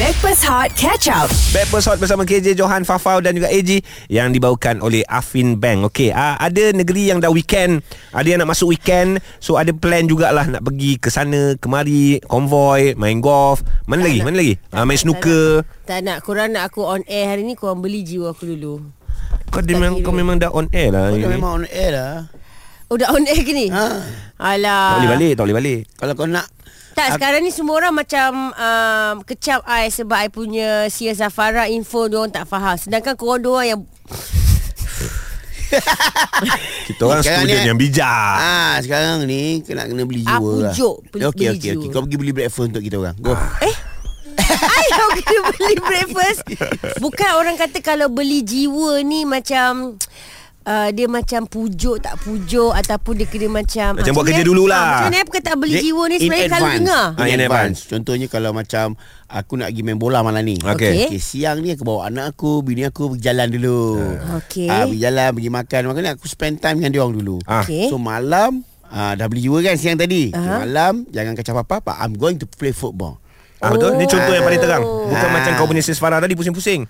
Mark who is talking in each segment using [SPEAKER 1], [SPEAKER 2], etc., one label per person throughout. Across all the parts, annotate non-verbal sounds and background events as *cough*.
[SPEAKER 1] Backpass Hot Catch Up.
[SPEAKER 2] Backpast Hot bersama KJ Johan Fafau dan juga AJ yang dibawakan oleh Afin Bank. Okey, uh, ada negeri yang dah weekend, ada yang nak masuk weekend. So ada plan jugalah nak pergi ke sana, kemari, konvoi, main golf. Mana lagi? Mana lagi? Uh, main snooker.
[SPEAKER 3] Tak nak korang nak aku on air hari ni Korang beli jiwa aku dulu
[SPEAKER 2] Kau memang kau memang dah on air lah.
[SPEAKER 4] Kau
[SPEAKER 2] hari ni.
[SPEAKER 4] memang on air lah
[SPEAKER 3] Oh dah on air ke ni?
[SPEAKER 4] ha.
[SPEAKER 3] Alah
[SPEAKER 2] Tak boleh balik, tak boleh balik.
[SPEAKER 4] Kalau kau nak
[SPEAKER 3] Tak sekarang ni semua orang macam um, Kecap I Sebab I punya Sia Zafara info Diorang tak faham Sedangkan korang dua yang *laughs*
[SPEAKER 2] Kita orang
[SPEAKER 4] Sekarang
[SPEAKER 2] student
[SPEAKER 4] ni-
[SPEAKER 2] yang bijak.
[SPEAKER 4] Ah, sekarang ni kena kena beli jiwa
[SPEAKER 3] Ah,
[SPEAKER 4] lah.
[SPEAKER 3] pujuk, beli-
[SPEAKER 4] Okey
[SPEAKER 3] beli
[SPEAKER 4] okey
[SPEAKER 3] jiwa. Ah.
[SPEAKER 4] okey. Kau pergi beli breakfast untuk kita orang. Go.
[SPEAKER 3] I yang kena beli breakfast Bukan orang kata Kalau beli jiwa ni Macam uh, Dia macam pujuk tak pujuk Ataupun dia kena macam
[SPEAKER 2] Macam
[SPEAKER 3] Ah,
[SPEAKER 2] buat
[SPEAKER 3] macam
[SPEAKER 2] kerja
[SPEAKER 3] mana-
[SPEAKER 2] dululah.
[SPEAKER 3] ah, Macam mana I perkataan beli
[SPEAKER 4] Jadi,
[SPEAKER 3] jiwa ni
[SPEAKER 4] in
[SPEAKER 3] Sebenarnya kalau
[SPEAKER 4] advance.
[SPEAKER 3] dengar
[SPEAKER 2] Ah, in
[SPEAKER 4] In
[SPEAKER 2] advance.
[SPEAKER 4] advance. Contohnya kalau macam aku nak pergi main bola malam ni.
[SPEAKER 2] Okey.
[SPEAKER 4] Okey, siang ni aku bawa anak aku, bini aku pergi jalan dulu.
[SPEAKER 3] Okey.
[SPEAKER 4] Ah, pergi jalan, pergi makan. Makan ni aku spend time dengan dia orang dulu.
[SPEAKER 2] Ah.
[SPEAKER 3] Okey.
[SPEAKER 4] So malam ah, dah beli jiwa kan siang tadi.
[SPEAKER 3] Aha.
[SPEAKER 4] Uh-huh. Malam jangan kacau apa-apa, I'm going to play football.
[SPEAKER 2] Ah, betul? Ni contoh yang paling terang.
[SPEAKER 3] Oh.
[SPEAKER 2] Bukan
[SPEAKER 4] Ah.
[SPEAKER 2] macam kau punya sis Farah tadi pusing-pusing.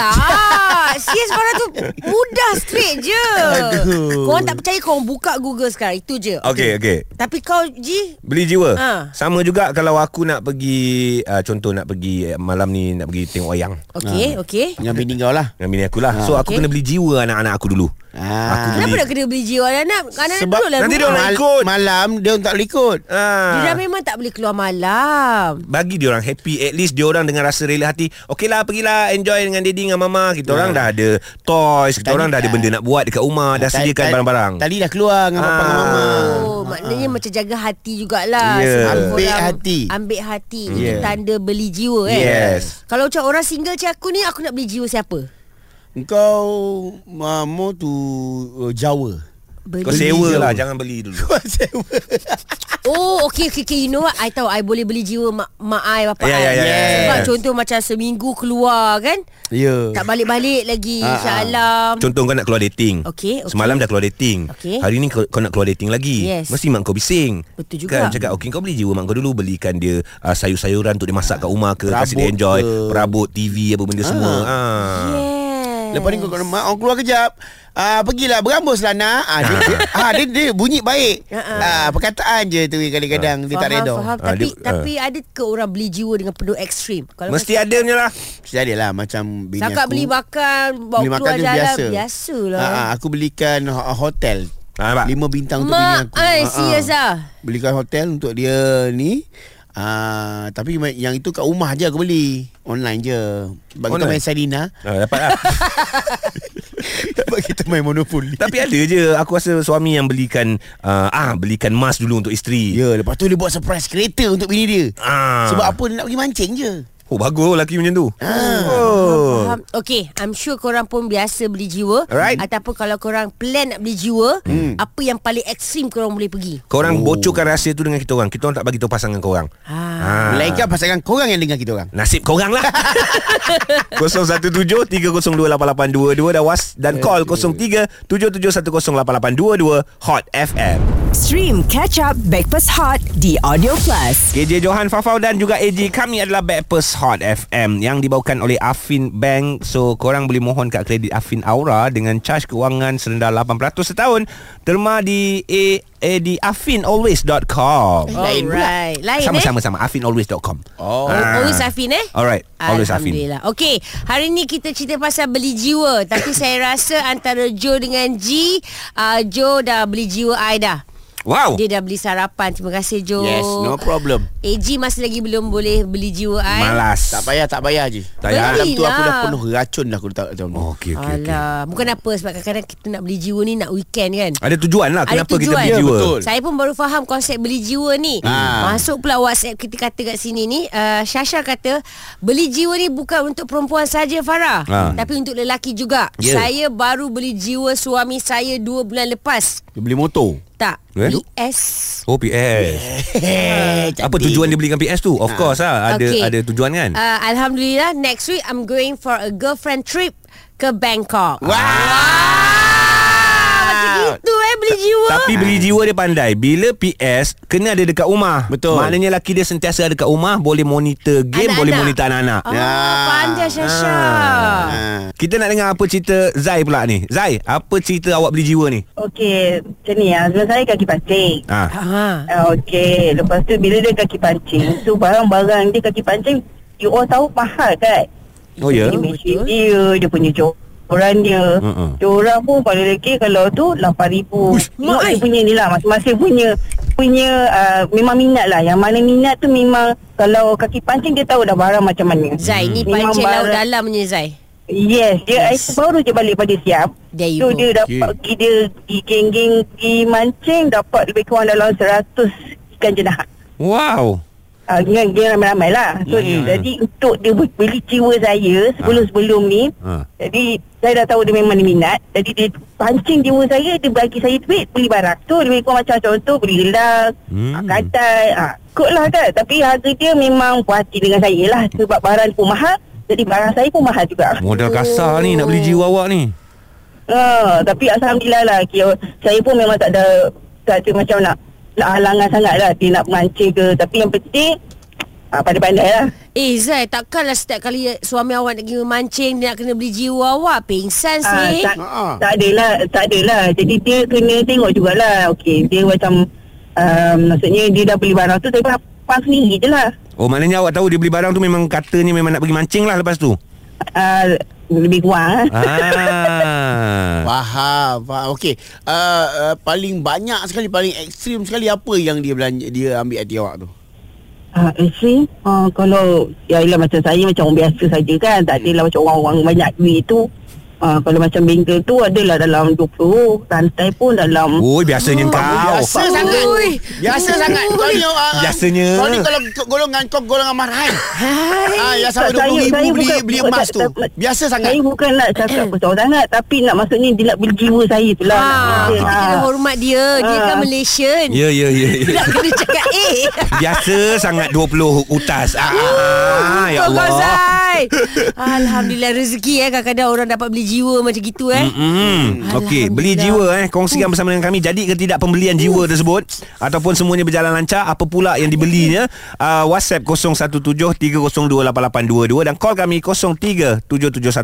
[SPEAKER 3] Tak CS barang tu Mudah straight je
[SPEAKER 4] Aduh.
[SPEAKER 3] Korang tak percaya Korang buka Google sekarang Itu je
[SPEAKER 2] Okey, okey.
[SPEAKER 3] Tapi kau Ji
[SPEAKER 2] Beli jiwa
[SPEAKER 3] Ha.
[SPEAKER 4] Ah.
[SPEAKER 2] Sama juga kalau aku nak pergi uh, Contoh nak pergi uh, Malam ni nak pergi tengok wayang
[SPEAKER 3] Okey
[SPEAKER 2] Ha.
[SPEAKER 4] Ah.
[SPEAKER 3] okey
[SPEAKER 4] Dengan bini kau lah.
[SPEAKER 2] Dengan bini aku lah So aku
[SPEAKER 3] Ha. Okey.
[SPEAKER 2] kena beli jiwa anak-anak aku dulu
[SPEAKER 4] Ah.
[SPEAKER 2] Aku
[SPEAKER 3] Kenapa nak kena beli jiwa Anak-anak Anak-anak duduk dalam
[SPEAKER 2] nanti dia
[SPEAKER 3] rumah.
[SPEAKER 2] orang nak ikut.
[SPEAKER 4] Malam dia orang tak boleh ikut.
[SPEAKER 2] ah,
[SPEAKER 3] Dia dah memang tak boleh keluar malam
[SPEAKER 2] Bagi dia orang happy At least dia orang dengan rasa rela hati Okeylah pergilah Enjoy dengan daddy dengan mama Kita
[SPEAKER 3] Ya.
[SPEAKER 2] orang dah ada Toys Kita
[SPEAKER 4] Tadi
[SPEAKER 2] orang dah ada
[SPEAKER 3] lah.
[SPEAKER 4] dah.
[SPEAKER 2] benda nak buat Dekat rumah Dah
[SPEAKER 4] Ta-
[SPEAKER 2] sediakan
[SPEAKER 4] ta-
[SPEAKER 2] barang-barang
[SPEAKER 4] Tali dah keluar dengan papa dengan mama.
[SPEAKER 3] Oh, maknanya macam jaga hati jugalah
[SPEAKER 2] Ha. Ya.
[SPEAKER 3] Sebab
[SPEAKER 4] Ambil hati.
[SPEAKER 3] Ambil hati
[SPEAKER 2] Ya.
[SPEAKER 3] Itu tanda beli jiwa eh
[SPEAKER 2] Yes.
[SPEAKER 3] Kalau macam orang single macam aku ni Aku nak beli jiwa siapa?
[SPEAKER 4] Engkau uh, mau tu uh,
[SPEAKER 3] *laughs*
[SPEAKER 4] Jawa.
[SPEAKER 3] Beli
[SPEAKER 2] Kau sewa lah Jangan beli dulu
[SPEAKER 4] Kau sewa.
[SPEAKER 3] Oh okay, okay, okay You know what I tahu I boleh beli jiwa Mak, mak I Bapak
[SPEAKER 2] Ya,
[SPEAKER 3] I
[SPEAKER 2] ya, ya, ya, ya.
[SPEAKER 3] Sebab contoh macam Seminggu keluar kan
[SPEAKER 4] Ya.
[SPEAKER 3] Tak balik-balik lagi InsyaAllah
[SPEAKER 2] Contoh kau nak keluar dating
[SPEAKER 3] Okey, okey.
[SPEAKER 2] Semalam dah keluar dating
[SPEAKER 3] Okey.
[SPEAKER 2] Hari ni kau, kau nak keluar dating lagi
[SPEAKER 3] Yes.
[SPEAKER 2] Mesti mak kau bising
[SPEAKER 3] Betul juga.
[SPEAKER 2] Kan cakap Okay kau beli jiwa mak kau dulu Belikan dia uh, sayur-sayuran Untuk dia masak kat rumah ke Kasih dia
[SPEAKER 4] Perabot
[SPEAKER 2] enjoy
[SPEAKER 4] ke.
[SPEAKER 2] Perabot TV Apa benda semua ah.
[SPEAKER 3] Yes
[SPEAKER 4] Lepas ni kau kena mak orang keluar kejap. Ah pergilah berambuslah nak.
[SPEAKER 2] *laughs*
[SPEAKER 4] Ah dia, dia, ah, dia, dia bunyi baik. Ah perkataan je tu kadang-kadang dia tak
[SPEAKER 3] Faham,
[SPEAKER 4] redha.
[SPEAKER 3] faham.
[SPEAKER 2] Ah,
[SPEAKER 3] Tapi,
[SPEAKER 2] dia- ah.
[SPEAKER 3] tapi ada ke orang beli jiwa Dengan penuh ekstrim Kalau
[SPEAKER 2] Mesti ada punya lah
[SPEAKER 4] Sejadilah macam bini
[SPEAKER 3] Cakap
[SPEAKER 4] aku.
[SPEAKER 3] beli makan Bawa
[SPEAKER 4] beli makan
[SPEAKER 3] keluar
[SPEAKER 4] tu
[SPEAKER 3] jalan lah.
[SPEAKER 4] biasa.
[SPEAKER 3] Biasalah
[SPEAKER 4] Ah, ah, aku belikan ho- hotel.
[SPEAKER 2] Ah, nampak?
[SPEAKER 4] Lima bintang untuk bini
[SPEAKER 3] Mak
[SPEAKER 4] aku.
[SPEAKER 3] I
[SPEAKER 4] Ah, ah.
[SPEAKER 3] serious lah
[SPEAKER 4] Belikan hotel untuk dia ni Ah, tapi ma- yang itu kat rumah je aku beli Online je Sebab kita
[SPEAKER 2] Online?
[SPEAKER 4] main
[SPEAKER 2] *laughs*
[SPEAKER 4] Sarina
[SPEAKER 2] ah, Dapat lah
[SPEAKER 4] Sebab kita main Monopoly
[SPEAKER 2] Tapi ada je Aku rasa suami yang belikan uh, ah Belikan emas dulu untuk isteri
[SPEAKER 4] Ya lepas tu dia buat surprise kereta untuk bini dia
[SPEAKER 2] ah.
[SPEAKER 4] Sebab apa dia nak pergi mancing je
[SPEAKER 2] Oh bagus lelaki macam tu ah.
[SPEAKER 3] Oh.
[SPEAKER 2] Oh
[SPEAKER 3] Faham. Okay, I'm sure korang pun biasa beli jiwa
[SPEAKER 2] Alright.
[SPEAKER 3] Ataupun kalau korang plan nak beli jiwa hmm. Apa yang paling ekstrim korang boleh pergi
[SPEAKER 2] Korang
[SPEAKER 4] Oh.
[SPEAKER 2] bocorkan rahsia tu dengan kita orang Kita orang tak bagi tahu pasangan korang
[SPEAKER 3] ha.
[SPEAKER 2] ah.
[SPEAKER 4] Melainkan pasangan korang yang dengar kita orang
[SPEAKER 2] Nasib korang lah 017-302-8822 Dah was Dan call 03-7710-8822 Hot FM
[SPEAKER 1] Stream Catch Up Backpass Hot di Audio Plus.
[SPEAKER 2] KJ Johan Fafau dan juga AJ Kami adalah Backpast Hot FM Yang dibawakan oleh Afin Bank So korang boleh mohon kat kredit Afin Aura Dengan charge kewangan serendah 8% setahun Terma di A, A di afinalways.com
[SPEAKER 4] Lain pula.
[SPEAKER 3] Alright Eh, Lain eh
[SPEAKER 2] Sama-sama-sama Afinalways.com
[SPEAKER 4] Oh.
[SPEAKER 2] Ah.
[SPEAKER 3] Always Afin eh
[SPEAKER 2] Alright Always Afin
[SPEAKER 3] Alhamdulillah Okay Hari ni kita cerita pasal beli jiwa *coughs* Tapi saya rasa Antara Joe dengan G uh, Joe dah beli jiwa I dah
[SPEAKER 2] Wow
[SPEAKER 3] Dia dah beli sarapan Terima kasih Joe
[SPEAKER 4] Oh. Yes no problem
[SPEAKER 3] AG masih lagi belum boleh beli jiwa I
[SPEAKER 2] Malas
[SPEAKER 4] Tak payah tak payah je
[SPEAKER 2] Tak payah.
[SPEAKER 4] Dalam tu aku dah
[SPEAKER 3] Belilah.
[SPEAKER 4] penuh racun dah aku letak dalam tu *laughs*
[SPEAKER 2] Oh, okey, okey, okey.
[SPEAKER 3] Alah, bukan apa sebab kadang-kadang kita nak beli jiwa ni nak weekend kan.
[SPEAKER 2] Ada tujuan lah
[SPEAKER 3] Ada
[SPEAKER 2] Kenapa kita
[SPEAKER 3] tujuan.
[SPEAKER 2] beli
[SPEAKER 4] Ya,
[SPEAKER 2] jiwa
[SPEAKER 4] betul.
[SPEAKER 3] Saya pun baru faham konsep beli jiwa ni.
[SPEAKER 2] Ha.
[SPEAKER 4] Ah.
[SPEAKER 3] Masuk pula WhatsApp kita kata kat sini ni, uh, Syasha kata, beli jiwa ni bukan untuk perempuan saja Farah,
[SPEAKER 2] Ah.
[SPEAKER 3] tapi untuk lelaki juga.
[SPEAKER 2] Ya.
[SPEAKER 3] Saya baru beli jiwa suami saya dua bulan lepas.
[SPEAKER 4] Dia beli motor
[SPEAKER 3] Tak,
[SPEAKER 2] Eh?
[SPEAKER 3] PS.
[SPEAKER 2] Oh PS Apa
[SPEAKER 4] Cantik.
[SPEAKER 2] tujuan dia belikan PS tu Of course lah Ada
[SPEAKER 3] Okey.
[SPEAKER 2] ada tujuan kan
[SPEAKER 3] Uh, Alhamdulillah, next week I'm going for a girlfriend trip ke Bangkok.
[SPEAKER 4] Wow
[SPEAKER 3] Macam gitu eh, beli beli jiwa.
[SPEAKER 2] Tapi beli jiwa dia pandai Bila PS Kena ada dekat rumah
[SPEAKER 4] Betul.
[SPEAKER 2] Maknanya laki dia sentiasa ada dekat rumah Boleh monitor game
[SPEAKER 3] Anak-anak.
[SPEAKER 2] Boleh monitor anak-anak
[SPEAKER 3] Ah,
[SPEAKER 4] Ya.
[SPEAKER 3] pandai Syasha.
[SPEAKER 2] Ah.
[SPEAKER 4] Ha.
[SPEAKER 2] Kita nak dengar apa cerita Zai pula ni Zai Apa cerita awak beli jiwa ni
[SPEAKER 5] Okey, macam ni lah. Sebab saya kaki pancing.
[SPEAKER 2] ha.
[SPEAKER 3] Ha.
[SPEAKER 5] Ah, Okey, lepas tu bila dia kaki
[SPEAKER 3] Ya.
[SPEAKER 5] pancing, tu barang-barang dia kaki pancing, you all tahu mahal kan?
[SPEAKER 2] Oh ya
[SPEAKER 5] Dia
[SPEAKER 3] Betul.
[SPEAKER 5] mesin dia, dia punya joran dia.
[SPEAKER 2] Mm-mm.
[SPEAKER 5] Uh-uh. Joran pun pada lelaki kalau tu RM8,000.
[SPEAKER 3] Ush, mak
[SPEAKER 5] Tengok dia
[SPEAKER 3] ai.
[SPEAKER 5] punya ni lah, masing-masing punya punya uh, memang minat lah. Yang mana minat tu memang kalau kaki pancing dia tahu dah barang macam mana.
[SPEAKER 3] Zai ni
[SPEAKER 5] Memang
[SPEAKER 3] pancing laut
[SPEAKER 5] barang-
[SPEAKER 3] dalam ni Zai.
[SPEAKER 5] Yes, dia yes. baru je balik pada siap.
[SPEAKER 3] There Eh, you
[SPEAKER 5] So
[SPEAKER 3] go.
[SPEAKER 5] dia dapat
[SPEAKER 2] Okay.
[SPEAKER 5] okay. pergi dia pergi geng-geng pergi mancing dapat lebih kurang dalam 100 ikan jenah.
[SPEAKER 2] Wow
[SPEAKER 5] Uh, dengan geng ramai-ramai lah.
[SPEAKER 2] Ya,
[SPEAKER 5] So
[SPEAKER 2] ya.
[SPEAKER 5] jadi untuk dia ber- beli jiwa saya sebelum-sebelum ni.
[SPEAKER 2] Ah.
[SPEAKER 5] Jadi saya dah tahu dia memang dia minat. Jadi dia pancing jiwa saya, dia bagi saya duit beli barang. So lebih kurang macam contoh beli gelang,
[SPEAKER 2] Hmm.
[SPEAKER 5] hmm. katai, ah, kot lah kan. Tapi harga dia memang puas hati dengan saya lah sebab barang pun mahal. Jadi barang saya pun mahal juga.
[SPEAKER 2] Modal kasar ni Nak beli jiwa awak ni
[SPEAKER 5] Ha, tapi alhamdulillah lah kira, saya pun memang tak ada tak ada macam nak nak halangan sangat lah dia nak mancing ke tapi yang penting ah, pandai-pandai lah
[SPEAKER 3] Eh Zai takkanlah setiap kali suami awak nak pergi memancing dia nak kena beli jiwa awak pingsan
[SPEAKER 5] ah,
[SPEAKER 3] sih.
[SPEAKER 5] tak,
[SPEAKER 4] Ah.
[SPEAKER 5] tak adalah tak adalah jadi dia kena tengok jugalah Okey, dia macam um, maksudnya dia dah beli barang tu tapi pas sendiri je lah
[SPEAKER 2] Oh maknanya awak tahu Dia beli barang tu memang Katanya memang nak pergi mancing lah Lepas tu
[SPEAKER 5] Ah, lebih kurang ah.
[SPEAKER 4] *laughs*
[SPEAKER 2] ah.
[SPEAKER 4] Faham, faham. Okey. Uh, uh, paling banyak sekali paling ekstrim sekali apa yang dia belanja dia ambil hati awak tu?
[SPEAKER 5] Ah, actually, ah, kalau ya ialah macam saya macam orang biasa saja kan. Tak adalah macam orang-orang banyak duit tu. Ah, kalau macam bengkel tu adalah dalam 20 rantai pun dalam
[SPEAKER 2] Oh biasanya kau
[SPEAKER 4] Biasa sangat.
[SPEAKER 3] Ui.
[SPEAKER 4] Biasa sangat. Kau ni uh,
[SPEAKER 2] Biasanya.
[SPEAKER 4] Kau ni kalau ke- golongan kau golongan marhain. Ah, yang sampai
[SPEAKER 5] Tak,
[SPEAKER 4] 20
[SPEAKER 5] saya- saya
[SPEAKER 4] ribu beli,
[SPEAKER 5] bukan-
[SPEAKER 4] beli
[SPEAKER 5] bukan-
[SPEAKER 4] emas
[SPEAKER 5] tak-
[SPEAKER 4] tu.
[SPEAKER 5] tak-
[SPEAKER 4] Biasa sangat.
[SPEAKER 5] Saya bukan nak cakap besar sangat tapi nak maksudnya dia nak beli jiwa saya tu
[SPEAKER 1] Ah,
[SPEAKER 5] lah.
[SPEAKER 3] Ha, kita kena hormat dia. Dia
[SPEAKER 5] Ah.
[SPEAKER 3] kan Malaysian.
[SPEAKER 2] Ya ya ya ya.
[SPEAKER 3] Tak kena cakap eh.
[SPEAKER 2] Biasa sangat 20 utas ah, *laughs* ah, Ya
[SPEAKER 3] Betul
[SPEAKER 2] Allah
[SPEAKER 3] kau, Zai. Alhamdulillah rezeki eh kadang-kadang orang dapat beli jiwa macam gitu eh.
[SPEAKER 2] Hmm, Okey, beli
[SPEAKER 3] Alhamdulillah.
[SPEAKER 2] jiwa eh Kongsikan bersama dengan kami Jadi ke tidak pembelian jiwa tersebut Ataupun semuanya berjalan lancar Apa pula yang dibelinya uh, WhatsApp 0173028822 Dan call kami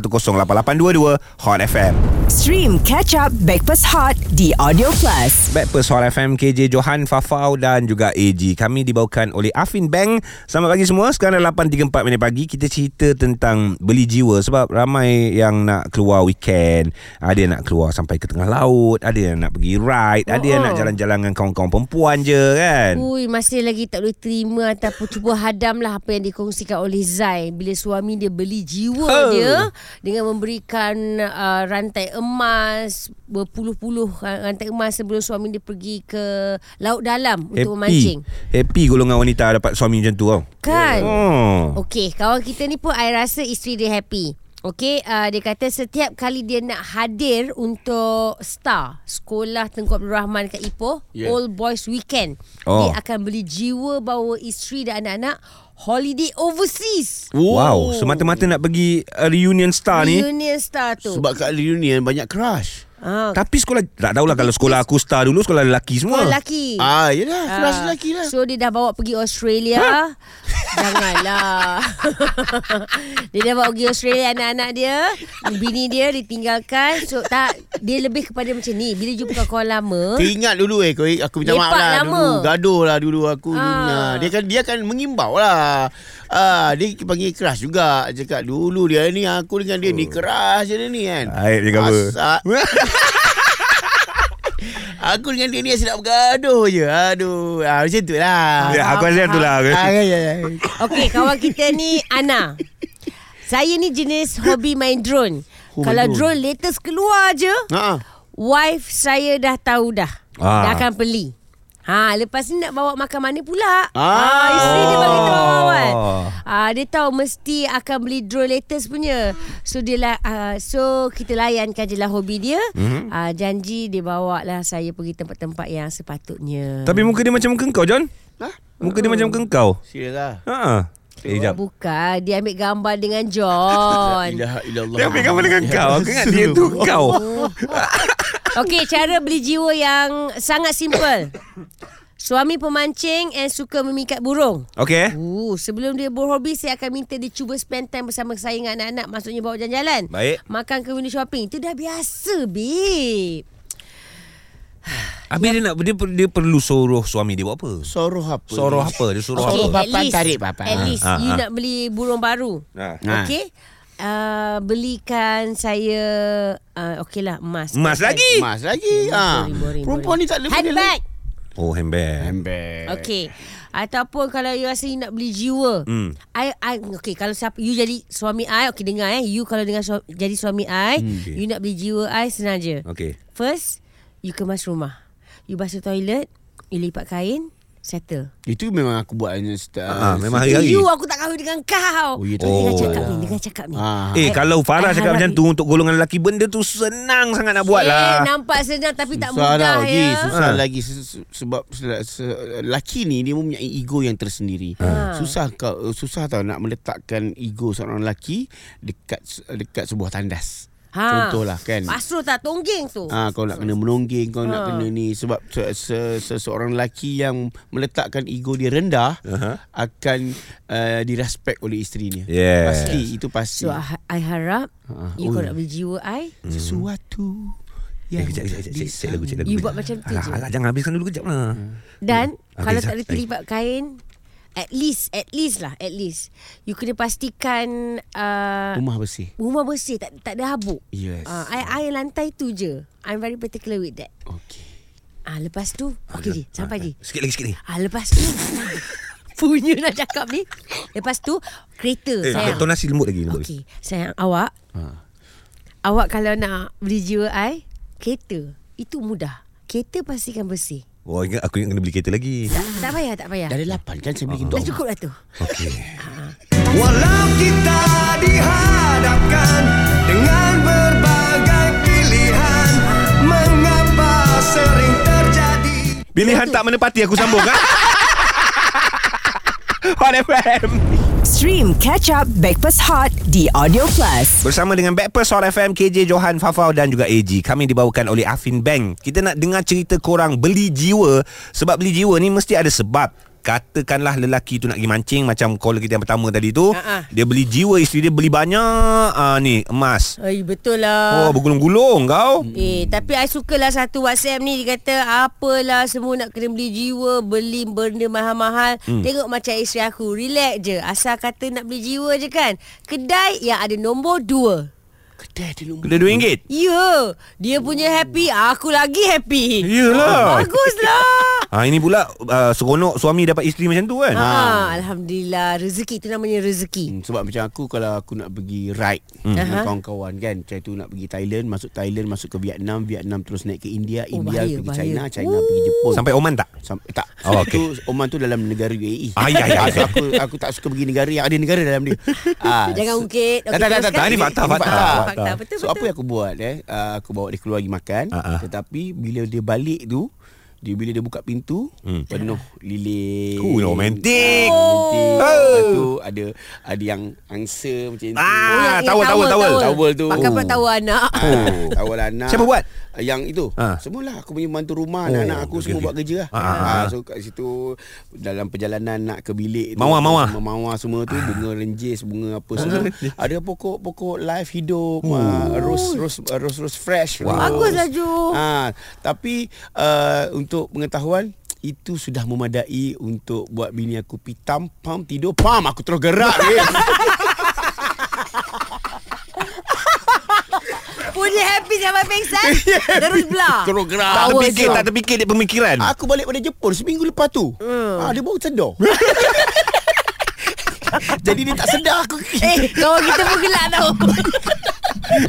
[SPEAKER 2] 0377108822 Hot FM
[SPEAKER 1] Stream Catch Up Backpass Hot di Audio Plus.
[SPEAKER 2] Backpast Hot FM KJ Johan Fafau dan juga AG Kami dibawakan oleh Afin Bank Selamat pagi semua Sekarang dah 8.34 minit pagi Kita cerita tentang beli jiwa Sebab ramai yang nak keluar weekend Ada yang nak keluar sampai ke tengah laut Ada yang nak pergi ride Ada yang
[SPEAKER 3] Oh, oh.
[SPEAKER 2] nak jalan-jalan dengan kawan-kawan perempuan je kan
[SPEAKER 3] Ui, masih lagi tak boleh terima ataupun cuba hadamlah apa yang dikongsikan oleh Zai bila suami dia beli jiwa
[SPEAKER 2] Oh.
[SPEAKER 3] oh. dia dengan memberikan uh, rantai emas berpuluh-puluh ra- rantai emas sebelum suami dia pergi ke laut dalam untuk memancing.
[SPEAKER 2] Happy golongan wanita dapat suami macam tu tau
[SPEAKER 3] Kan?
[SPEAKER 2] Oh.
[SPEAKER 3] Okey, kawan kita ni pun I rasa isteri dia happy. Okey, uh, dia kata setiap kali dia nak hadir untuk STAR, Sekolah Tengku Abdul Rahman kat Ipoh, yeah.
[SPEAKER 4] Yeah.
[SPEAKER 3] All Boys Weekend. Oh.
[SPEAKER 2] Oh.
[SPEAKER 3] Dia akan beli jiwa bawa isteri dan anak-anak holiday overseas.
[SPEAKER 2] Oh. Wow Semata-mata nak pergi uh, reunion star ni
[SPEAKER 3] Reunion STAR tu.
[SPEAKER 4] Sebab kat reunion banyak crush.
[SPEAKER 3] ah,
[SPEAKER 2] Tapi sekolah Tak tahulah kalau sekolah aku star dulu Sekolah lelaki semua
[SPEAKER 3] kalau lelaki.
[SPEAKER 4] Ah, yelah.
[SPEAKER 3] Ah,
[SPEAKER 4] Crush lelaki lah. Ha?
[SPEAKER 3] So dia dah bawa pergi Australia
[SPEAKER 4] *laughs*
[SPEAKER 3] Janganlah Dia dah bawa pergi Australia Anak-anak dia Bini dia ditinggalkan So tak Dia lebih kepada macam ni Bila jumpa kawan lama
[SPEAKER 4] Teringat dulu eh kau aku minta
[SPEAKER 3] Lepak
[SPEAKER 4] maaf lah
[SPEAKER 3] lama.
[SPEAKER 4] dulu gaduh lah dulu aku
[SPEAKER 3] Ah.
[SPEAKER 4] ah. dia kan dia kan mengimbau lah ah dia panggil keras juga Dia cakap dulu dia ni aku dengan dia ni keras je dia ni kan
[SPEAKER 2] Oh. Aib dia cover.
[SPEAKER 4] Asak. *laughs* aku dengan dia ni asyik nak bergaduh je aduh ah, macam tu lah
[SPEAKER 2] Ya, aku rasa tu lah.
[SPEAKER 4] ah, ya, ya, ya.
[SPEAKER 3] Okey kawan kita ni Ana Saya ni jenis hobi main drone
[SPEAKER 4] Oh,
[SPEAKER 3] Kalau
[SPEAKER 4] main
[SPEAKER 3] drone.
[SPEAKER 4] drone.
[SPEAKER 3] latest keluar je
[SPEAKER 4] Ah.
[SPEAKER 3] Wife saya dah tahu dah Dah
[SPEAKER 2] Ah.
[SPEAKER 3] akan beli Ha, lepas ni nak bawa makan mana pula?
[SPEAKER 4] Ah.
[SPEAKER 3] ah isteri dia bagi tahu
[SPEAKER 2] Oh.
[SPEAKER 3] awal. Ah, dia tahu mesti akan beli drone latest punya. So dia lah, ah, so kita layankan je lah hobi dia.
[SPEAKER 2] Mhm.
[SPEAKER 3] Mm-hmm. Ah, janji dia bawa lah saya pergi tempat-tempat yang sepatutnya.
[SPEAKER 2] Tapi muka dia macam muka kau John
[SPEAKER 4] Hah?
[SPEAKER 2] Muka dia macam muka kau
[SPEAKER 4] Serius lah
[SPEAKER 2] Ha Eh jap
[SPEAKER 3] Bukan, dia ambil gambar dengan John.
[SPEAKER 2] *laughs* Ya.
[SPEAKER 4] Ilaha illallah
[SPEAKER 2] Dia ambil gambar dengan kau Aku ingat dia tu kau
[SPEAKER 3] Okey, cara beli jiwa yang sangat
[SPEAKER 2] *coughs*
[SPEAKER 3] simple. Suami pemancing and suka memikat burung.
[SPEAKER 2] Okey.
[SPEAKER 3] Uh, sebelum dia berhobi, saya akan minta dia cuba spend time bersama saya dengan anak-anak. Maksudnya bawa jalan-jalan.
[SPEAKER 2] Baik.
[SPEAKER 3] Makan ke window shopping. Itu dah biasa, babe.
[SPEAKER 2] Habis dia nak dia, per- dia perlu suruh suami dia buat apa?
[SPEAKER 4] Soroh apa?
[SPEAKER 2] Suruh apa? Dia suruh
[SPEAKER 4] Okey.
[SPEAKER 2] apa?
[SPEAKER 4] Bapak tarik, Bapak.
[SPEAKER 3] At least
[SPEAKER 2] Ah,
[SPEAKER 3] you
[SPEAKER 2] ah.
[SPEAKER 3] nak beli burung baru.
[SPEAKER 2] Ha.
[SPEAKER 4] Ah.
[SPEAKER 3] Okey. Uh, belikan saya uh, okey lah emas.
[SPEAKER 2] Emas lagi.
[SPEAKER 4] Mas lagi. Ha.
[SPEAKER 3] Boring, boring,
[SPEAKER 4] Perempuan ni tak ada benda
[SPEAKER 3] Handbag.
[SPEAKER 2] Oh handbag.
[SPEAKER 4] Handbag.
[SPEAKER 3] Okey. Ataupun kalau you rasa you nak beli jiwa.
[SPEAKER 2] Hmm.
[SPEAKER 3] I I okey kalau siapa you jadi suami I, okey dengar eh. You kalau dengan su- jadi suami I,
[SPEAKER 4] Hmm,
[SPEAKER 2] Okey.
[SPEAKER 3] you nak beli jiwa I senang je.
[SPEAKER 4] Ah.
[SPEAKER 2] Okey.
[SPEAKER 3] First, you kemas rumah. You basuh toilet, you lipat kain, settle.
[SPEAKER 4] Itu memang aku buat hanya setiap-
[SPEAKER 2] Ah, memang
[SPEAKER 3] Itu
[SPEAKER 2] hari-hari.
[SPEAKER 3] You aku tak kahwin dengan kau.
[SPEAKER 4] Oh, you tak
[SPEAKER 3] Dengar
[SPEAKER 2] kahwin.
[SPEAKER 3] cakap ni,
[SPEAKER 4] Oh.
[SPEAKER 3] dengar cakap ni.
[SPEAKER 4] Ah.
[SPEAKER 2] Eh kalau Farah
[SPEAKER 3] I
[SPEAKER 2] cakap
[SPEAKER 3] harap
[SPEAKER 2] macam
[SPEAKER 3] you-
[SPEAKER 2] tu untuk golongan lelaki benda tu senang sangat nak buat
[SPEAKER 3] Eh,
[SPEAKER 2] lah.
[SPEAKER 3] nampak senang tapi tak
[SPEAKER 4] susah lah
[SPEAKER 3] mudah
[SPEAKER 4] lagi,
[SPEAKER 3] ya.
[SPEAKER 4] Susah
[SPEAKER 2] Ha.
[SPEAKER 4] lagi se- se- sebab se- se- lelaki ni dia mempunyai ego yang tersendiri.
[SPEAKER 2] Ah.
[SPEAKER 3] Ha.
[SPEAKER 4] Susah kau eh, susah tau nak meletakkan ego seorang lelaki dekat dekat sebuah tandas. Contohlah kan.
[SPEAKER 3] Pasrah Ha. tak tonggeng tu.
[SPEAKER 4] Ah kau nak kena menongging kau ha. nak
[SPEAKER 3] Ha.
[SPEAKER 4] kena ni sebab se, se, seseorang lelaki yang meletakkan ego dia rendah uh-huh. akan uh, direspek oleh isterinya.
[SPEAKER 2] Yes.
[SPEAKER 4] Pasti itu pasti.
[SPEAKER 3] So I, I harap
[SPEAKER 4] Ah,
[SPEAKER 3] you kau
[SPEAKER 4] oi.
[SPEAKER 3] nak beli jiwa I,
[SPEAKER 4] Hmm. Sesuatu
[SPEAKER 2] Eh,
[SPEAKER 4] yang
[SPEAKER 2] kejap, kejap, kejap, kejap, kejap, lagu, kejap lagu.
[SPEAKER 3] You buat macam tu
[SPEAKER 2] alah,
[SPEAKER 3] je.
[SPEAKER 2] Alah, jangan habiskan dulu kejap lah.
[SPEAKER 3] Dan
[SPEAKER 2] Okay,
[SPEAKER 3] okay, kalau tak
[SPEAKER 2] Zah.
[SPEAKER 3] ada
[SPEAKER 2] Baik.
[SPEAKER 3] terlibat kain At least At least lah At least You kena pastikan uh,
[SPEAKER 4] rumah bersih.
[SPEAKER 3] Rumah bersih Tak, tak ada habuk
[SPEAKER 4] Yes.
[SPEAKER 3] uh, I, I lantai tu je I'm very particular with that
[SPEAKER 4] Okey.
[SPEAKER 3] Ah Lepas tu Okay je Sampai je
[SPEAKER 2] Sikit lagi, sikit lagi.
[SPEAKER 3] Ah lepas tu *laughs* Punya nak cakap ni Lepas tu Kereta
[SPEAKER 2] Eh,
[SPEAKER 3] sayang
[SPEAKER 2] tonasi lembut lagi. lembut
[SPEAKER 3] Okey
[SPEAKER 2] lagi.
[SPEAKER 3] Sayang awak
[SPEAKER 4] Ha.
[SPEAKER 3] Awak kalau nak Beli jiwa I Kereta Itu mudah Kereta pastikan bersih
[SPEAKER 2] Oh, ingat aku ingat kena beli kereta lagi.
[SPEAKER 3] Tak, tak payah tak payah
[SPEAKER 4] Dah ada lapan kan saya beli
[SPEAKER 3] Dah
[SPEAKER 4] untuk
[SPEAKER 3] cukup dah tu
[SPEAKER 2] Okey.
[SPEAKER 6] Ha. Walau kita dihadapkan dengan berbagai pilihan, mengapa sering terjadi?
[SPEAKER 2] Pilihan tak menepati aku sambung
[SPEAKER 6] *laughs*
[SPEAKER 2] kan? Hot FM.
[SPEAKER 1] Stream Catch Up Backpass Hot di Audio Plus.
[SPEAKER 2] Bersama dengan Backpast Hot FM KJ Johan Fafau dan juga AG Kami dibawakan oleh Afin Bank Kita nak dengar cerita korang Beli jiwa Sebab beli jiwa ni Mesti ada sebab Katakanlah lelaki tu nak pergi mancing Macam caller kita yang pertama tadi tu
[SPEAKER 3] Ha-ha.
[SPEAKER 2] Dia beli jiwa Isteri dia beli banyak uh, Ni emas
[SPEAKER 3] Eh, betul lah
[SPEAKER 2] Oh bergulung-gulung kau
[SPEAKER 3] Eh, tapi I sukalah satu WhatsApp ni Dia kata, apalah semua nak kena beli jiwa Beli benda mahal-mahal hmm. Tengok macam isteri aku, relax je Asal kata nak beli jiwa je kan Kedai yang ada nombor dua
[SPEAKER 4] kedai ada nombor.
[SPEAKER 2] Kedai RM2
[SPEAKER 3] Ya, yeah, dia punya happy Aku lagi happy Ah,
[SPEAKER 2] Ya. Yelah. *laughs*
[SPEAKER 3] Baguslah
[SPEAKER 2] ha, Ini pula uh, Seronok suami dapat isteri macam tu kan
[SPEAKER 3] ha. Alhamdulillah, rezeki tu namanya rezeki
[SPEAKER 4] Hmm, sebab macam aku kalau aku nak pergi ride hmm. dengan kawan-kawan kan Macam tu nak pergi Thailand Masuk Thailand Masuk ke Vietnam Vietnam terus naik ke India
[SPEAKER 3] Oh,
[SPEAKER 4] India
[SPEAKER 3] bahaya,
[SPEAKER 4] pergi
[SPEAKER 3] bahaya.
[SPEAKER 4] China China pergi Jepun
[SPEAKER 2] Sampai Oman tak?
[SPEAKER 4] Sam- eh, tak
[SPEAKER 2] Oh,
[SPEAKER 4] oh,
[SPEAKER 2] okey.
[SPEAKER 4] okay. tu, Oman tu dalam negara UAE
[SPEAKER 2] Ah, ya, ya, ya.
[SPEAKER 4] So, aku, aku tak suka pergi negara yang ada negara dalam
[SPEAKER 3] *laughs*
[SPEAKER 4] dia ah,
[SPEAKER 3] Jangan ungkit.
[SPEAKER 4] okay, Tak tak tak, tak,
[SPEAKER 3] teruskan.
[SPEAKER 4] tak
[SPEAKER 2] Ini fakta, fakta,
[SPEAKER 3] fakta. Fakta, betul, betul.
[SPEAKER 4] So apa yang aku buat eh uh, Aku bawa dia keluar pergi makan
[SPEAKER 2] Ah, ah.
[SPEAKER 4] Tetapi bila dia balik tu dia bila dia buka pintu hmm. penuh lilin.
[SPEAKER 2] Oh, romantik.
[SPEAKER 4] Ah, romantik.
[SPEAKER 2] Oh.
[SPEAKER 4] Lepas tu ada ada yang angsa macam tu.
[SPEAKER 2] Ah.
[SPEAKER 3] Ya, ya,
[SPEAKER 2] tawel, tawel, tawel.
[SPEAKER 4] Tawel tu.
[SPEAKER 3] Pakai pula tawel
[SPEAKER 4] *laughs*
[SPEAKER 3] anak
[SPEAKER 4] Oh. Tawal anak
[SPEAKER 2] Siapa buat?
[SPEAKER 4] Yang itu
[SPEAKER 2] Ah.
[SPEAKER 4] ha. Semualah aku punya mantu rumah
[SPEAKER 2] Oh,
[SPEAKER 4] Anak-anak aku
[SPEAKER 2] okey,
[SPEAKER 4] semua
[SPEAKER 2] okey.
[SPEAKER 4] buat kerja lah
[SPEAKER 2] Ah, ah,
[SPEAKER 4] Ah,
[SPEAKER 2] ah.
[SPEAKER 4] So kat situ Dalam perjalanan nak ke bilik tu,
[SPEAKER 2] Mawar, mawar.
[SPEAKER 4] semua Mawar semua tu Bunga renjis Bunga apa semua Ada pokok-pokok live hidup oh. Rose rose ah, rose rose fresh
[SPEAKER 2] Wow.
[SPEAKER 3] Baguslah, Ju.
[SPEAKER 4] ha, Tapi uh, Untuk pengetahuan itu sudah memadai untuk buat bini aku pitam, pam, tidur, pam. Aku terus gerak. weh.
[SPEAKER 3] Punya happy sampai pingsan Terus belah
[SPEAKER 4] Terus gerak.
[SPEAKER 2] Tak
[SPEAKER 3] Power
[SPEAKER 2] terfikir,
[SPEAKER 3] zone.
[SPEAKER 2] tak terfikir dia pemikiran
[SPEAKER 4] Aku balik pada Jepun seminggu lepas tu. Hmm. Ah, dia baru *laughs* sedar. Jadi dia tak sedar *laughs* aku.
[SPEAKER 3] Eh kawan kita pun gelak tau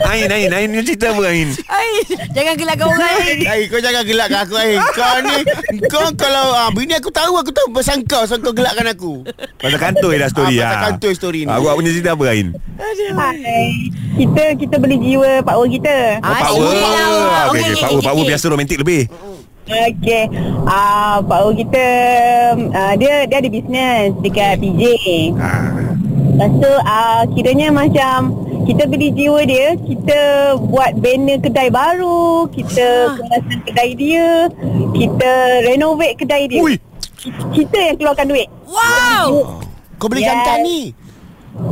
[SPEAKER 2] Ain, Ain, Ain punya cerita apa Ain?
[SPEAKER 3] Ay, Jangan gelak kau orang lain
[SPEAKER 4] Hai, kau jangan gelakkan aku hai. Kau ni Kau kalau ah, Bini aku tahu Aku tahu pasal kau So kau gelakkan aku
[SPEAKER 2] Pasal kantoi dah story
[SPEAKER 4] Ah, pasal kantoi story ni.
[SPEAKER 2] Ah, Awak punya cerita apa Ain?
[SPEAKER 5] Hai. Kita kita beli jiwa power kita.
[SPEAKER 3] Ah,
[SPEAKER 2] power,
[SPEAKER 3] sini lah awak.
[SPEAKER 2] Okay, okay,
[SPEAKER 3] Okey,
[SPEAKER 2] power,
[SPEAKER 3] okey,
[SPEAKER 2] power
[SPEAKER 3] okey.
[SPEAKER 2] biasa romantik lebih
[SPEAKER 5] Okey. Ah, power kita ah, dia dia ada bisnes dekat PJ.
[SPEAKER 2] Ah,
[SPEAKER 5] Lepas tu ah, kiranya macam kita beli jiwa dia kita buat banner kedai baru kita kerasan kedai dia kita renovate kedai dia
[SPEAKER 4] Ui.
[SPEAKER 5] kita yang keluarkan duit
[SPEAKER 3] Wow.
[SPEAKER 4] Kau boleh
[SPEAKER 5] Yes.
[SPEAKER 4] jantan ni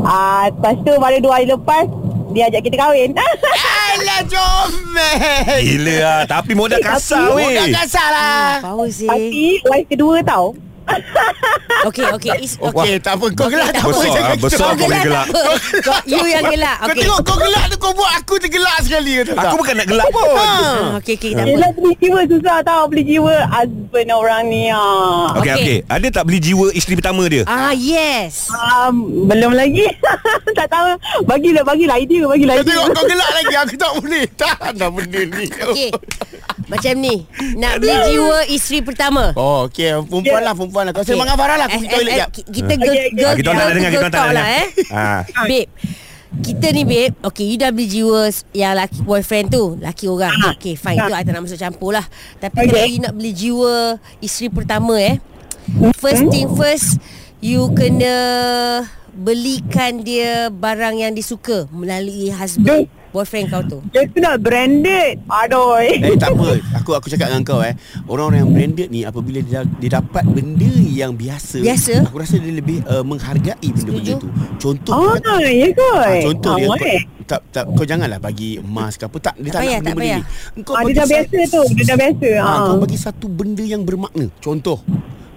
[SPEAKER 5] ah lepas tu baru dua hari lepas dia ajak kita kahwin *laughs*
[SPEAKER 4] Alah comel
[SPEAKER 2] Gila lah Tapi modal kasar
[SPEAKER 5] Tapi
[SPEAKER 2] weh
[SPEAKER 4] Bukan kasar lah
[SPEAKER 3] Ah, Power sih.
[SPEAKER 5] tapi wife kedua tau
[SPEAKER 3] Okay, okay. It's okay.
[SPEAKER 4] Okey tak apa Kau gelak tak apa
[SPEAKER 2] Oh, Besar
[SPEAKER 4] Jangan
[SPEAKER 2] ah, besar
[SPEAKER 4] gelak.
[SPEAKER 2] kau boleh gelak
[SPEAKER 3] You yang gelak.
[SPEAKER 4] Kau
[SPEAKER 3] Okay.
[SPEAKER 4] tengok kau gelak tu Kau buat aku tergelak sekali kau tahu tak? Ha.
[SPEAKER 2] Aku bukan nak gelak pun
[SPEAKER 3] Ah, Okay, okay. Tak apa.
[SPEAKER 5] Yelah lah beli jiwa susah tau Beli jiwa Husband orang ni ah.
[SPEAKER 2] Okey
[SPEAKER 3] Okey.
[SPEAKER 2] okey. Ada tak beli jiwa isteri pertama dia?
[SPEAKER 3] Ah, yes.
[SPEAKER 5] Um, belum lagi *laughs* Tak tahu Bagilah bagilah lah idea Bagilah
[SPEAKER 4] Kau
[SPEAKER 5] idea
[SPEAKER 4] tengok kau gelak lagi Aku tak *laughs* boleh Tahan dah benda ni
[SPEAKER 3] Okay. Macam ni. Nak beli jiwa isteri pertama. Eh,
[SPEAKER 4] Oh okey Perempuan lah perempuan lah Kau okay. Mangan Farah
[SPEAKER 5] Eh,
[SPEAKER 4] lah Aku pergi toilet jap
[SPEAKER 3] Kita girl,
[SPEAKER 5] Okay, okay.
[SPEAKER 3] girl,
[SPEAKER 2] Ah, kita orang tak nak
[SPEAKER 3] girl
[SPEAKER 2] dengar,
[SPEAKER 3] to
[SPEAKER 2] kita orang tak
[SPEAKER 3] girl talk
[SPEAKER 2] nak
[SPEAKER 3] lah eh.
[SPEAKER 2] Ah.
[SPEAKER 3] Babe kita ni babe Okay you dah beli jiwa s- Yang laki boyfriend tu Laki orang
[SPEAKER 5] Ah.
[SPEAKER 3] Okay fine Itu I tak nak masuk campur lah Tapi okay.
[SPEAKER 5] Okay.
[SPEAKER 3] kalau you nak beli jiwa Isteri pertama eh First thing first You kena Belikan dia Barang yang disuka Melalui husband Boyfriend kau tu
[SPEAKER 5] Dia tu dah branded Aduh
[SPEAKER 4] Eh tak apa Aku aku cakap dengan kau eh Orang-orang yang branded ni Apabila dia, dia dapat benda yang biasa
[SPEAKER 3] Biasa.
[SPEAKER 4] Aku rasa dia lebih uh, menghargai
[SPEAKER 3] Setuju.
[SPEAKER 4] benda-benda tu Contoh eh.
[SPEAKER 5] Oh ya kot
[SPEAKER 4] Ah, contoh dia
[SPEAKER 5] Ah, boleh.
[SPEAKER 4] kau, tak, tak, kau janganlah bagi emas ke apa Tak, dia tak,
[SPEAKER 3] Tak payah,
[SPEAKER 4] nak
[SPEAKER 3] tak
[SPEAKER 4] benda-benda
[SPEAKER 3] payah.
[SPEAKER 4] ni Kau
[SPEAKER 5] Ah,
[SPEAKER 4] bagi
[SPEAKER 5] dia dah
[SPEAKER 4] sa-
[SPEAKER 5] biasa tu Dia dah biasa
[SPEAKER 4] Ah,
[SPEAKER 5] ah.
[SPEAKER 4] Kau bagi satu benda yang bermakna Contoh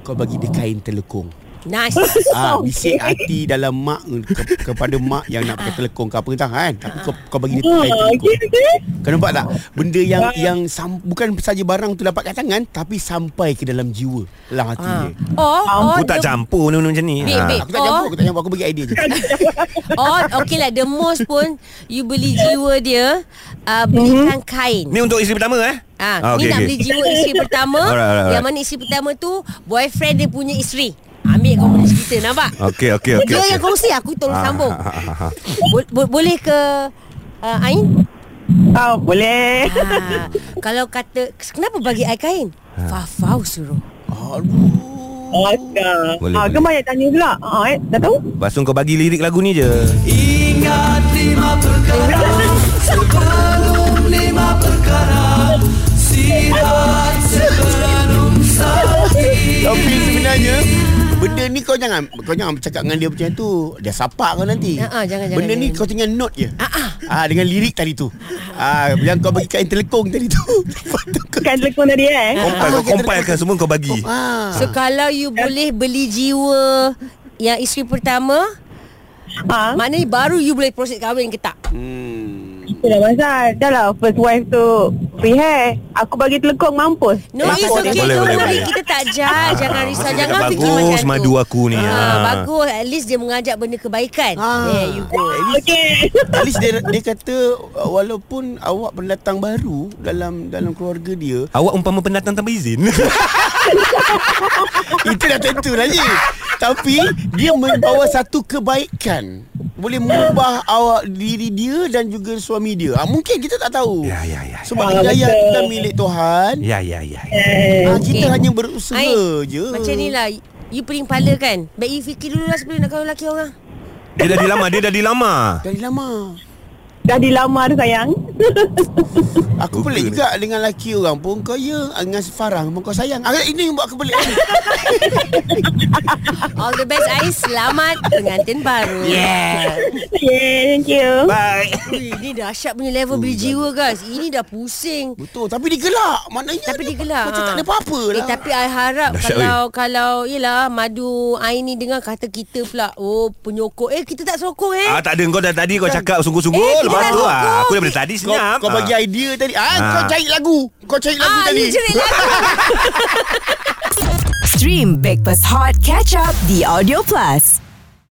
[SPEAKER 4] Kau bagi dia kain telekung
[SPEAKER 3] Nice
[SPEAKER 4] Ah,
[SPEAKER 5] Oh, Okey.
[SPEAKER 4] bisik hati dalam mak ke, kepada mak yang nak pakai telekong ke apa entah kan. Tapi kau kau bagi dia pakai
[SPEAKER 5] Ah,
[SPEAKER 4] telekong.
[SPEAKER 5] okey, okey.
[SPEAKER 4] Kau nampak tak? Benda yang yang sam, bukan saja barang tu dapat kat tangan tapi sampai ke dalam jiwa, dalam hati
[SPEAKER 3] ah.
[SPEAKER 4] dia.
[SPEAKER 3] Or, or
[SPEAKER 2] Aku tak
[SPEAKER 3] the,
[SPEAKER 2] campur benda-benda macam ni.
[SPEAKER 3] Babe,
[SPEAKER 2] Ah.
[SPEAKER 3] babe.
[SPEAKER 4] Aku tak campur, aku tak campur, aku bagi
[SPEAKER 3] *laughs*
[SPEAKER 4] idea je.
[SPEAKER 3] or Okay lah The most pun You beli jiwa dia uh, Belikan kain
[SPEAKER 2] Ni untuk isteri pertama eh?
[SPEAKER 3] Ah, ni
[SPEAKER 2] okey,
[SPEAKER 3] nak
[SPEAKER 2] okey.
[SPEAKER 3] beli jiwa
[SPEAKER 2] *laughs*
[SPEAKER 3] isteri pertama
[SPEAKER 2] Alright, alright, alright.
[SPEAKER 3] Yang mana isteri pertama tu Boyfriend dia punya isteri Ambil kau punya cerita Nampak?
[SPEAKER 2] Okey okey Ah, okey.
[SPEAKER 3] Dia
[SPEAKER 2] okey.
[SPEAKER 3] yang kongsi Aku tolong
[SPEAKER 2] Ah,
[SPEAKER 3] sambung
[SPEAKER 2] ah, ah, ah.
[SPEAKER 3] Bo- bo- Boleh ke uh, Ain?
[SPEAKER 5] Ah, Boleh *laughs*
[SPEAKER 3] Ah, kalau kata Kenapa bagi Ain kain?
[SPEAKER 2] Ah.
[SPEAKER 3] Fafau suruh
[SPEAKER 5] Astaga.
[SPEAKER 2] Boleh,
[SPEAKER 5] Ah,
[SPEAKER 2] boleh.
[SPEAKER 5] Kau banyak tanya pula ah, eh, Dah tahu?
[SPEAKER 2] Lepas tu kau bagi lirik lagu ni je.
[SPEAKER 6] Ingat lima perkara Sebelum lima perkara Sihat sebelum sakit
[SPEAKER 4] tapi sebenarnya Benda ni kau jangan Kau jangan bercakap dengan dia macam tu Dia sapak kau nanti
[SPEAKER 3] Ah, ah, jangan,
[SPEAKER 4] Benda
[SPEAKER 3] jangan,
[SPEAKER 4] ni
[SPEAKER 3] jangan.
[SPEAKER 4] kau tinggal note je ah, Dengan lirik tadi tu ah, Yang kau bagi kain telekong tadi tu *laughs* Lepas tu kau
[SPEAKER 5] Bukan telefon tadi
[SPEAKER 3] Ah,
[SPEAKER 4] Oh.
[SPEAKER 5] eh
[SPEAKER 2] Compile kau compile kan semua kau bagi.
[SPEAKER 4] ah.
[SPEAKER 3] So kalau you boleh beli jiwa Yang isteri pertama
[SPEAKER 5] ah,
[SPEAKER 3] Maknanya baru you boleh proses kahwin ke tak?
[SPEAKER 5] Itulah pasal Dah lah first wife tu Free hair Aku bagi telekong mampus
[SPEAKER 3] No,
[SPEAKER 5] Mampus
[SPEAKER 3] it's okay.
[SPEAKER 5] dia.
[SPEAKER 2] Boleh,
[SPEAKER 3] Don't
[SPEAKER 2] boleh,
[SPEAKER 3] worry.
[SPEAKER 2] boleh.
[SPEAKER 3] Kita tak judge. Jangan risau.
[SPEAKER 2] masih
[SPEAKER 3] Jangan
[SPEAKER 2] cakap
[SPEAKER 3] fikir
[SPEAKER 2] bagus
[SPEAKER 3] macam tu.
[SPEAKER 2] madu aku ni,
[SPEAKER 3] Ah,
[SPEAKER 2] ah.
[SPEAKER 3] Bagus. At least dia mengajak benda kebaikan. There you go.
[SPEAKER 4] Oh,
[SPEAKER 5] Okay
[SPEAKER 4] At least dia, dia kata uh, Walaupun awak pendatang baru Dalam dalam keluarga dia
[SPEAKER 2] Awak umpama pendatang tanpa izin.
[SPEAKER 3] *laughs*
[SPEAKER 4] Itu dah tentu lagi Tapi Dia membawa satu kebaikan Boleh mengubah awak diri dia Dan juga suami dia ha, Mungkin kita tak tahu
[SPEAKER 2] Ya, ya, ya.
[SPEAKER 4] Sebab
[SPEAKER 5] Ah,
[SPEAKER 4] hidayah
[SPEAKER 5] betul.
[SPEAKER 4] bukan milik Tuhan
[SPEAKER 2] ya ya ya.
[SPEAKER 4] ha, Kita
[SPEAKER 3] Okey.
[SPEAKER 4] hanya berusaha
[SPEAKER 3] Ain,
[SPEAKER 4] je
[SPEAKER 3] Macam ni lah. You pening kepala kan? Baik you fikir dulu lah sebelum nak kahwin lelaki orang.
[SPEAKER 2] Dia dah dilamar, dia dah dilamar.
[SPEAKER 4] Dari lama
[SPEAKER 5] *laughs* Dah dilamar sayang *laughs*
[SPEAKER 4] Aku
[SPEAKER 2] Suka
[SPEAKER 4] pelik
[SPEAKER 2] ni.
[SPEAKER 4] juga dengan lelaki orang pun Kau ya Dengan Farah pun kau sayang ah, Ini yang buat aku pelik
[SPEAKER 2] *laughs*
[SPEAKER 3] All the best Ain. Selamat pengantin baru. Yeah.
[SPEAKER 5] Yeah thank you
[SPEAKER 2] Bye.
[SPEAKER 3] Ini dahsyat punya level beli jiwa guys. Ini dah pusing.
[SPEAKER 4] Betul Tapi dia gelak Maknanya
[SPEAKER 3] Tapi dia gelak
[SPEAKER 4] Macam
[SPEAKER 3] ha.
[SPEAKER 4] tak ada apa-apa lah
[SPEAKER 3] Eh tapi I harap
[SPEAKER 2] Dahsyat, eh.
[SPEAKER 3] Kalau Kalau Yelah Madu I ni dengar kata kita pula Oh penyokong Eh kita tak sokong eh
[SPEAKER 2] Ah tak ada kau dah tadi kau cakap sungguh-sungguh
[SPEAKER 3] Eh, kita
[SPEAKER 2] lepas
[SPEAKER 3] dah
[SPEAKER 2] tu ah
[SPEAKER 3] sokong.
[SPEAKER 2] aku daripada tadi
[SPEAKER 4] Kau,
[SPEAKER 2] senyap.
[SPEAKER 4] kau bagi
[SPEAKER 2] Ah.
[SPEAKER 4] idea tadi ah,
[SPEAKER 2] Ah.
[SPEAKER 4] Kau cari lagu Kau cari lagu
[SPEAKER 3] Ah,
[SPEAKER 4] tadi
[SPEAKER 3] you jerit lagu
[SPEAKER 1] Stream Breakfast Hot Catch Up The Audio Plus.